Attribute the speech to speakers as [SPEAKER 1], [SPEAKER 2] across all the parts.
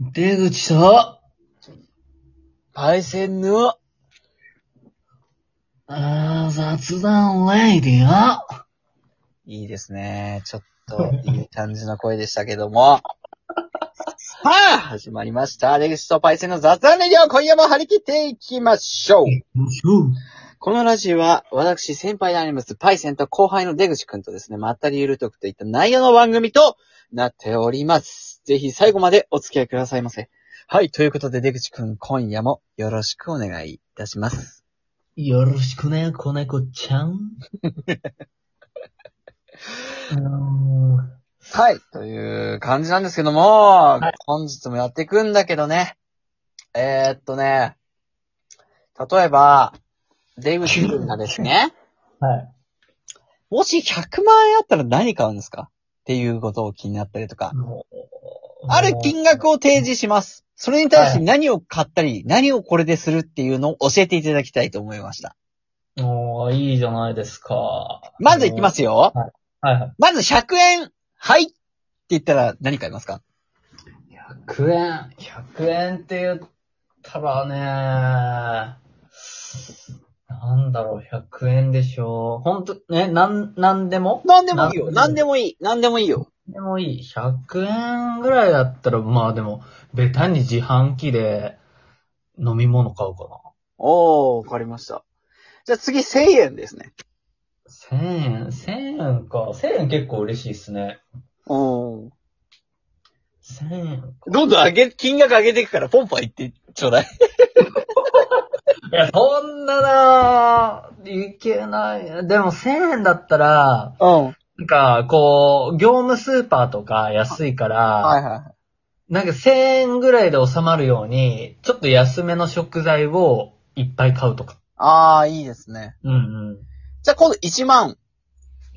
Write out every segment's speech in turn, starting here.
[SPEAKER 1] 出口と、パイセンの、あー雑談レイディオ。
[SPEAKER 2] いいですね。ちょっと、いい感じの声でしたけども。さあ、始まりました。出口とパイセンの雑談レディオ、今夜も張り切っていきましょう。このラジオは、私、先輩であります、パイセンと後輩の出口くんとですね、まったりゆるとくといった内容の番組となっております。ぜひ最後までお付き合いくださいませ。はい、ということで出口くん、今夜もよろしくお願いいたします。
[SPEAKER 1] よろしくね、子猫ちゃん。 あのー
[SPEAKER 2] はい、という感じなんですけども、本日もやっていくんだけどね。えー、っとね、例えば、出口くんがです ね、
[SPEAKER 1] はい。
[SPEAKER 2] もし100万円あったら何買うんですかっていうことを気になったりとか、ある金額を提示します。それに対して何を買ったり、何をこれでするっていうのを教えていただきたいと思いました。
[SPEAKER 1] おー、いいじゃないですか。。
[SPEAKER 2] まずいきますすよ。
[SPEAKER 1] はいはい。
[SPEAKER 2] まず100円、はいって言ったら何買いますか
[SPEAKER 1] 100円。100円って言ったらねなんだろう、100円でしょう。ほんと、ね、なん、なんでも
[SPEAKER 2] 何でもいいよ。
[SPEAKER 1] なん
[SPEAKER 2] 何でもいい。何でもいいよ。
[SPEAKER 1] でもいい。100円ぐらいだったら、まあでも、ベタに自販機で飲み物買うか
[SPEAKER 2] おー、わかりました。じゃあ次1000円ですね。
[SPEAKER 1] な。1000円、1000円か。1000円結構嬉しいっすね。
[SPEAKER 2] おー。
[SPEAKER 1] 1000円。
[SPEAKER 2] どんどん上げ、金額上げていくから、ポンポン言ってちょうだい。
[SPEAKER 1] いや、そんななぁ、いけない。でも1000円だったら、
[SPEAKER 2] うん。はい
[SPEAKER 1] なんか、こう、業務スーパーとか安いから、
[SPEAKER 2] は
[SPEAKER 1] なんか1000円ぐらいで収まるように、ちょっと安めの食材をいっぱい買うとか。
[SPEAKER 2] い。あー、いいですね。
[SPEAKER 1] うんうん。
[SPEAKER 2] じゃあ今度1万。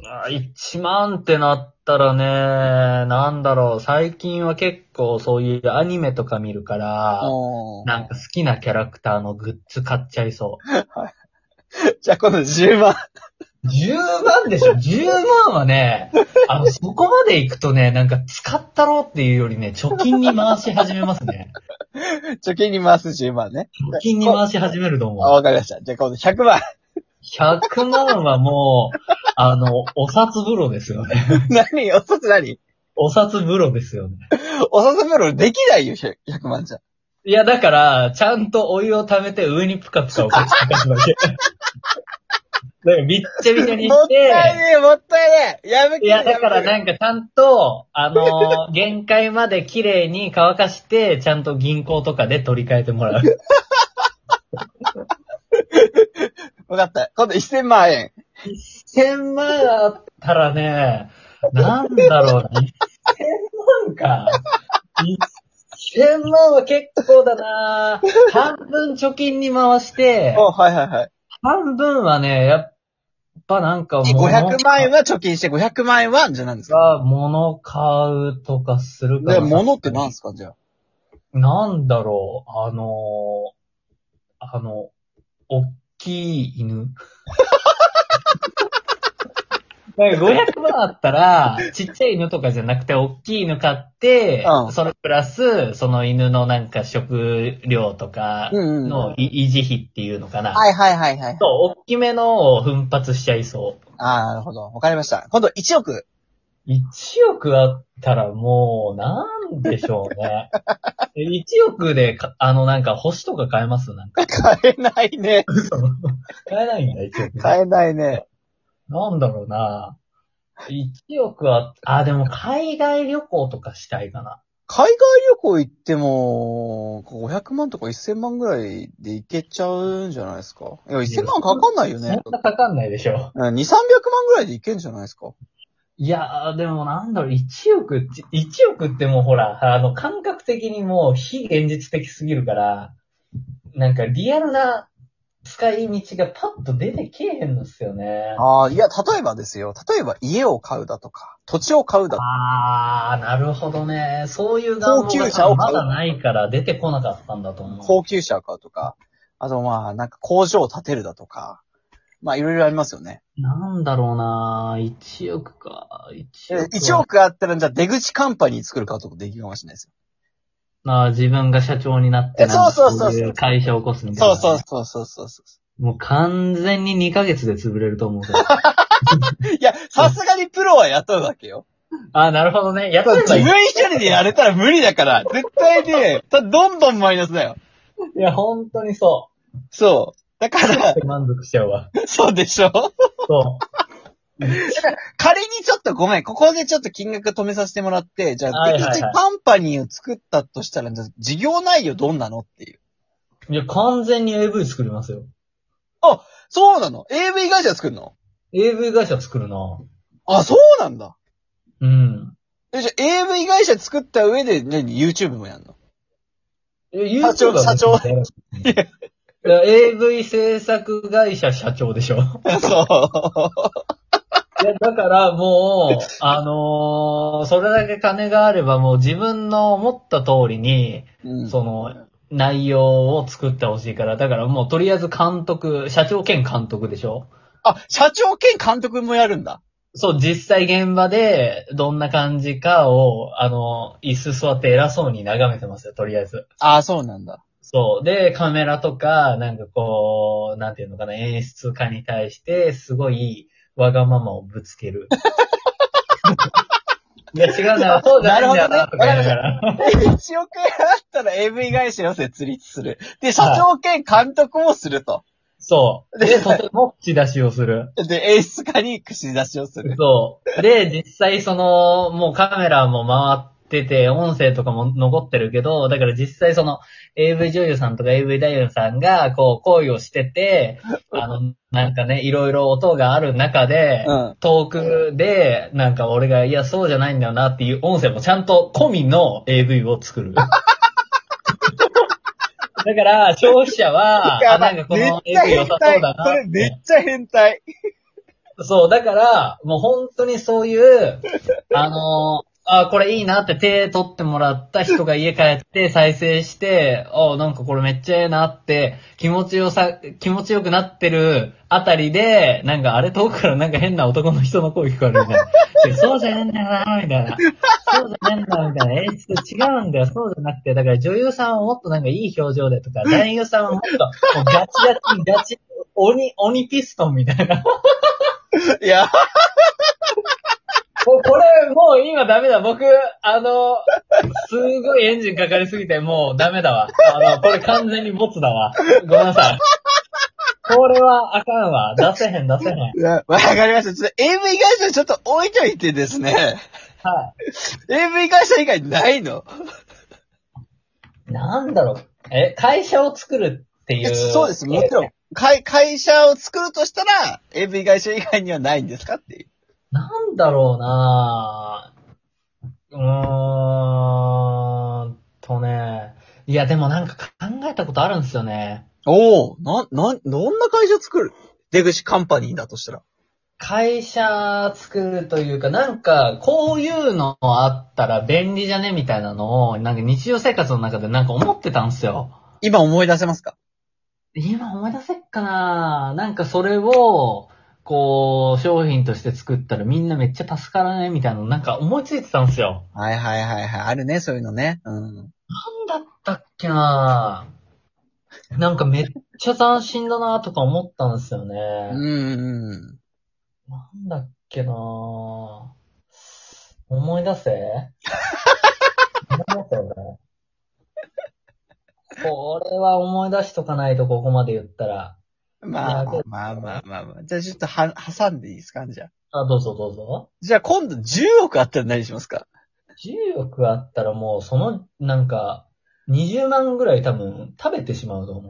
[SPEAKER 1] あ1万ってなったらね、なんだろう、最近は結構そういうアニメとか見るから、
[SPEAKER 2] おー。
[SPEAKER 1] なんか好きなキャラクターのグッズ買っちゃいそ
[SPEAKER 2] じゃあ今度10万。
[SPEAKER 1] う。10万でしょ ?10 万はね、あの、そこまで行くとね、なんか使ったろうっていうよりね、貯金に回し始めますね。
[SPEAKER 2] 貯金に回す10万ね。
[SPEAKER 1] 貯金に回し始めると思
[SPEAKER 2] あ、
[SPEAKER 1] う。
[SPEAKER 2] わかりました。じゃあ今度100万。
[SPEAKER 1] 100万はもう、あの、お札風呂ですよね。
[SPEAKER 2] 何お札何
[SPEAKER 1] お札風呂ですよね。
[SPEAKER 2] お札風呂できないよ、100 100万じゃ。
[SPEAKER 1] いや、だから、ちゃんとお湯を溜めて上にプカプカをかけ てるだけ。だから、びっちゃびちゃに
[SPEAKER 2] もっ
[SPEAKER 1] した
[SPEAKER 2] い
[SPEAKER 1] て、
[SPEAKER 2] ねえ、もったいねえ。やめて。
[SPEAKER 1] いや、だから
[SPEAKER 2] や
[SPEAKER 1] なんかちゃんと、あの ー限界まで綺麗に乾かして、ちゃんと銀行とかで取り替えてもらう。
[SPEAKER 2] めてわかった。今度1000万円。
[SPEAKER 1] 1000万あったらね、なんだろうな、1000万か。1000万は結構だな半分貯金に回して、
[SPEAKER 2] おはいはいはい。
[SPEAKER 1] 半分はね、やっぱなんかもう。
[SPEAKER 2] 500万円は貯金して、500万円は、じゃあ何ですか
[SPEAKER 1] が物買うとかするか
[SPEAKER 2] で、
[SPEAKER 1] ら。
[SPEAKER 2] 物って何ですかじゃあ。
[SPEAKER 1] なんだろう、あのー、あの、おっきい 犬。だから500万あったら、ちっちゃい犬とかじゃなくて、おっきい犬買って、
[SPEAKER 2] うん
[SPEAKER 1] それプラス、その犬のなんか食料とか
[SPEAKER 2] うんうんうん
[SPEAKER 1] のい維持費っていうのかな。
[SPEAKER 2] はいはいはいはい。
[SPEAKER 1] と、おっきめのを奮発しちゃいそう。
[SPEAKER 2] ああ、なるほど。わかりました。今度1億。
[SPEAKER 1] 1億あったらもう、なんでしょうね。1億でか、あの、なんか、星とか買えますなん か。
[SPEAKER 2] 買えない ね。
[SPEAKER 1] 買えないんだ、1億。
[SPEAKER 2] 買えないね。
[SPEAKER 1] なんだろうな。1億は、あ、でも、海外旅行とかしたいかな。
[SPEAKER 2] 海外旅行行っても、500万とか1000万ぐらいで行けちゃうんじゃないですかいや、1000万かかんないよね。
[SPEAKER 1] そんなかかんないでしょ。
[SPEAKER 2] うん2、300万ぐらいで行けんじゃないですか
[SPEAKER 1] いやー、でもなんだろう、1億って、1億ってもうほら、あの、感覚的にもう非現実的すぎるから、なんかリアルな使い道がパッと出てけえへんのっすよね。
[SPEAKER 2] ああ、いや、例えばですよ。例えば家を買うだとか、土地を買うだとか。
[SPEAKER 1] あー、なるほどね。そういう願望
[SPEAKER 2] 高級車を
[SPEAKER 1] が
[SPEAKER 2] 買
[SPEAKER 1] ま
[SPEAKER 2] う
[SPEAKER 1] だないから出てこなかったんだと思う。
[SPEAKER 2] 高級車を買うとか、あとまあ、なんか工場を建てるだとか、まあいろいろありますよね。
[SPEAKER 1] なんだろうな1億か。1億。
[SPEAKER 2] 1億あったら、じゃあ出口カンパニー作るかとかできるかもしれないですよ。
[SPEAKER 1] まあ自分が社長になってなんか
[SPEAKER 2] そうそうそうそう
[SPEAKER 1] こい会社を起こすみたい
[SPEAKER 2] そ
[SPEAKER 1] な。
[SPEAKER 2] うそうそうそうそうそう。
[SPEAKER 1] もう完全に2ヶ月で潰れると思う から。
[SPEAKER 2] いや、さすがにプロは雇うわけよ。
[SPEAKER 1] あ、なるほどね。やっ
[SPEAKER 2] 自
[SPEAKER 1] ぱり
[SPEAKER 2] 分一人でやれたら無理だから、絶対ね、たどんどんマイナスだよ。
[SPEAKER 1] いや、本当にそ
[SPEAKER 2] そう。だ から、
[SPEAKER 1] う。満足しちゃうわ。
[SPEAKER 2] そうでしょ
[SPEAKER 1] そ
[SPEAKER 2] 仮にちょっとごめん、ここでちょっと金額止めさせてもらって、じゃあ、
[SPEAKER 1] はいはい
[SPEAKER 2] 敵
[SPEAKER 1] はい
[SPEAKER 2] 地カンパニーを作ったとしたら、じゃあ事業内容どんなのっていう。
[SPEAKER 1] う。いや、完全に AV 作りますよ。
[SPEAKER 2] そうなの ?AV 会社作るの
[SPEAKER 1] AV 会社作るな
[SPEAKER 2] あ、そうなんだ。
[SPEAKER 1] うん。
[SPEAKER 2] えじゃあ、AV 会社作った上で、何 ?YouTube もやんの
[SPEAKER 1] え
[SPEAKER 2] 社長
[SPEAKER 1] YouTube は
[SPEAKER 2] 社長
[SPEAKER 1] いや AV 制作会社社長でしょ。い
[SPEAKER 2] そう。
[SPEAKER 1] や、だから もう、あのーそれだけ金があればもう自分の思った通りに、
[SPEAKER 2] うん、
[SPEAKER 1] その、内容を作ってほしいから、だからもうとりあえず監督、社長兼監督でしょ
[SPEAKER 2] あ、社長兼監督もやるんだ。
[SPEAKER 1] そう、実際現場でどんな感じかを、あの、椅子座って偉そうに眺めてますよ、とりあえず。
[SPEAKER 2] あ、そうなん だ。
[SPEAKER 1] そう。で、カメラとか、なんかこう、なんていうのかな、演出家に対して、すごい、わがままをぶつけ る。いや、違うな、そうじゃないんだよな、とか言いながら。
[SPEAKER 2] 1億円あったら AV 会社を設立する。で、社長兼監督もすると。
[SPEAKER 1] そう。で、とても口出しをする。
[SPEAKER 2] で、演出家に口出しをする。
[SPEAKER 1] そう。で、実際その、もうカメラも回ってて、音声とかも残ってるけど、だから実際その、AV 女優さんとか AV 男優さんが、こう、恋をしてて、あの、なんかね、いろいろ音がある中で、
[SPEAKER 2] うん。
[SPEAKER 1] トークで、なんか俺が、いや、そうじゃないんだよなっていう音声もちゃんと込みの AV を作る。だから、消費者は、あ、なんかこの
[SPEAKER 2] めっちゃ
[SPEAKER 1] AV 良さ
[SPEAKER 2] 変
[SPEAKER 1] そう
[SPEAKER 2] 態
[SPEAKER 1] だ。
[SPEAKER 2] そ
[SPEAKER 1] な
[SPEAKER 2] れ
[SPEAKER 1] っ
[SPEAKER 2] め
[SPEAKER 1] て。
[SPEAKER 2] っちゃ変態。
[SPEAKER 1] そう、だから、もう本当にそういう、あのあ、これいいなって手取ってもらった人が家帰って再生して、あ、なんかこれめっちゃええなって、気持ちよさ、気持ちよくなってるあたりで、なんかあれ遠くからなんか変な男の人の声聞こえるみたいな。いやそうじゃねえんだよな、みたいな。そうじゃねえんだ、みたいな。え、ちょっと違うんだよ。そうじゃなくて、だから女優さんをもっとなんかいい表情でとか、男優さんをもっともうガチガチ、ガチ、鬼、鬼ピストンみたいな。
[SPEAKER 2] いや、
[SPEAKER 1] もうこれ、もう今ダメだ。僕、あの、すごいエンジンかかりすぎて、もうダメだわ。あの、これ完全にボツだわ。ごめんなさい。これはあかんわ。出せへん、出せへん。はい。
[SPEAKER 2] わかりました。ちょっと AV 会社ちょっと置いといてですね。AV 会社以外ないの
[SPEAKER 1] なんだろう。え、会社を作るっていう。
[SPEAKER 2] そうです。もちろん。。会、会社を作るとしたら、AV 会社以外にはないんですかっていう。
[SPEAKER 1] なんだろうなぁ。うーんとね。いや、でもなんか考えたことあるんですよね。
[SPEAKER 2] おおな、な、どんな会社作る出口カンパニーだとしたら。
[SPEAKER 1] 会社作るというか、なんか、こういうのあったら便利じゃねみたいなのを、なんか日常生活の中でなんか思ってたんすよ。
[SPEAKER 2] 今思い出せますか
[SPEAKER 1] 今思い出せっかななんかそれを、こう、商品として作ったらみんなめっちゃ助からないみたいなのなんか思いついてたんすよ。
[SPEAKER 2] はいはいはいはい。あるね、そういうのね。うん。
[SPEAKER 1] なんだったっけななんかめっちゃ斬新だなとか思ったんですよね。
[SPEAKER 2] うんうんうん。
[SPEAKER 1] なんだっけなぁ。思い出せ思い出せよね。これは思い出しとかないとここまで言ったら。
[SPEAKER 2] まあ
[SPEAKER 1] いや
[SPEAKER 2] まあまあまあまあ。じゃあちょっとは、挟んでいいですかじゃあ。
[SPEAKER 1] あ、どうぞどうぞ。
[SPEAKER 2] じゃあ今度10億あったら何しますか
[SPEAKER 1] 10億あったらもうその、なんか、20万ぐらい多分食べてしまうと思う。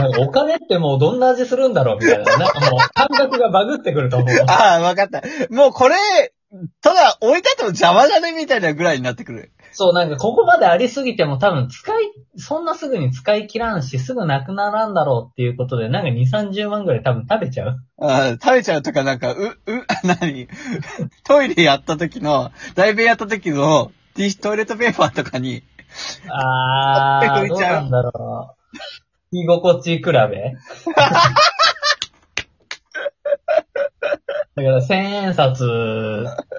[SPEAKER 1] なんかお金ってもうどんな味するんだろうみたいな。なんかもう感覚がバグってくると思う。
[SPEAKER 2] ああ、わかった。もうこれ、ただ置いてあっても邪魔じゃねみたいなぐらいになってくる。
[SPEAKER 1] そう、なんかここまでありすぎても多分使い、そんなすぐに使い切らんし、すぐなくならんだろうっていうことで、なんか2、30万ぐらい多分食べちゃ う。
[SPEAKER 2] ああ食べちゃうとかなんか、う、 う、何トイレやった時の、大便やった時の、ティッシュトイレットペーパーとかに、
[SPEAKER 1] あー、
[SPEAKER 2] 食
[SPEAKER 1] ど
[SPEAKER 2] べ
[SPEAKER 1] う
[SPEAKER 2] ちゃ
[SPEAKER 1] な
[SPEAKER 2] うん
[SPEAKER 1] だろう。 居心地比 べだから1000円札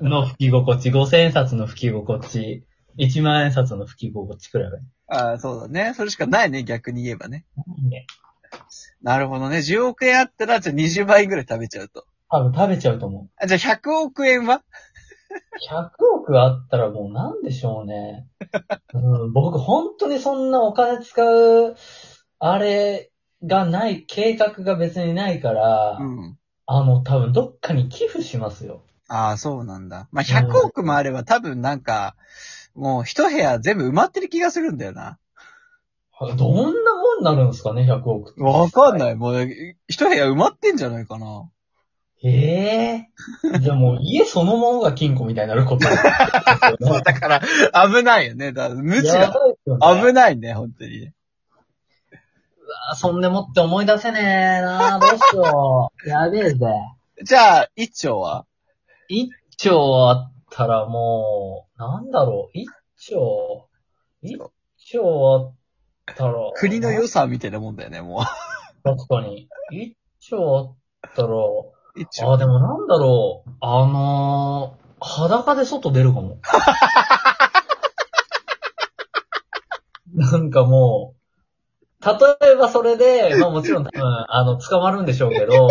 [SPEAKER 1] の吹き心地、5000円札の吹き心地、 1万円札の吹き心地くらいがい
[SPEAKER 2] ああ、そうだね。それしかないね、逆に言えばね。
[SPEAKER 1] いね。
[SPEAKER 2] なるほどね。10億円あったら、じゃあ20倍ぐらい食べちゃうと。
[SPEAKER 1] 多分食べちゃうと思う。
[SPEAKER 2] あじゃあ100億円は
[SPEAKER 1] 100億あったらもうなんでしょう ね。うん、僕本当にそんなお金使う、あれがない、計画が別にないから、
[SPEAKER 2] うん。
[SPEAKER 1] あの多分どっかに寄付しますよ。
[SPEAKER 2] ああ、そうなんだ。まあ、100億もあれば多分なんか、もう一部屋全部埋まってる気がするんだよな。
[SPEAKER 1] どんなもんになるんですかね、100億って。
[SPEAKER 2] わかんない。もう、一部屋埋まってんじゃないかな。
[SPEAKER 1] ええ じゃあもう家そのものが金庫みたいになること。
[SPEAKER 2] そう、だから、危ないよね。だから、無知
[SPEAKER 1] や
[SPEAKER 2] が。
[SPEAKER 1] ばいっすよね
[SPEAKER 2] 危ないね、本当に。
[SPEAKER 1] あそんでもって思い出せねえなどうしよう。やべえぜ。
[SPEAKER 2] じゃあ、一丁は
[SPEAKER 1] 一丁あったらもう、なんだろう、一丁、一丁あったら。
[SPEAKER 2] 国の予算みたいなもんだよね、も
[SPEAKER 1] 確かに。一丁あったら、
[SPEAKER 2] う。 一
[SPEAKER 1] あ、
[SPEAKER 2] 丁。
[SPEAKER 1] でもなんだろう、あのー、裸で外出るかも。なんかもう、例えばそれで、まあもちろん多分、あの、捕まるんでしょうけど、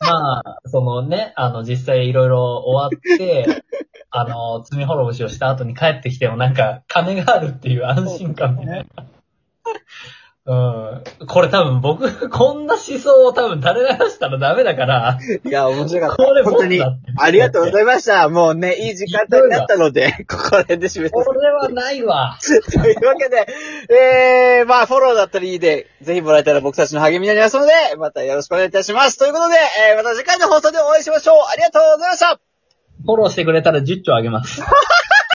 [SPEAKER 1] まあ、そのね、あの、実際いろいろ終わって、あの、罪滅ぼしをした後に帰ってきてもなんか、金があるっていう安心感みたいな。うん。これ多分僕、こんな思想を多分垂れ流したらダメだから、
[SPEAKER 2] いや、面 白かった。
[SPEAKER 1] これ
[SPEAKER 2] 本当に
[SPEAKER 1] 僕だ。って
[SPEAKER 2] ありがとうございました。もうね、いい時間帯になったので、ここら辺で締めさせて
[SPEAKER 1] これはないわ。
[SPEAKER 2] というわけで、えー、まあ、フォローだったりで、ぜひもらえたら僕たちの励みになりますので、またよろしくお願いいたします。ということで、えー、また次回の放送でお会いしましょう。ありがとうございました
[SPEAKER 1] フォローしてくれたら10兆あげます。